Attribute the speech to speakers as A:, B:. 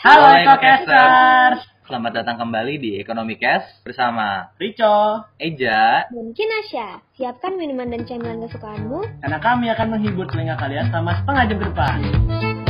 A: Halo
B: Halo,
A: Ekokasters.
B: Selamat datang kembali di Ekonomi Cash bersama
A: Rico,
B: Eja.
C: Mungkin Asya, siapkan minuman dan camilan kesukaanmu.
A: karena kami akan menghibur telinga kalian selama setengah jam ke depan.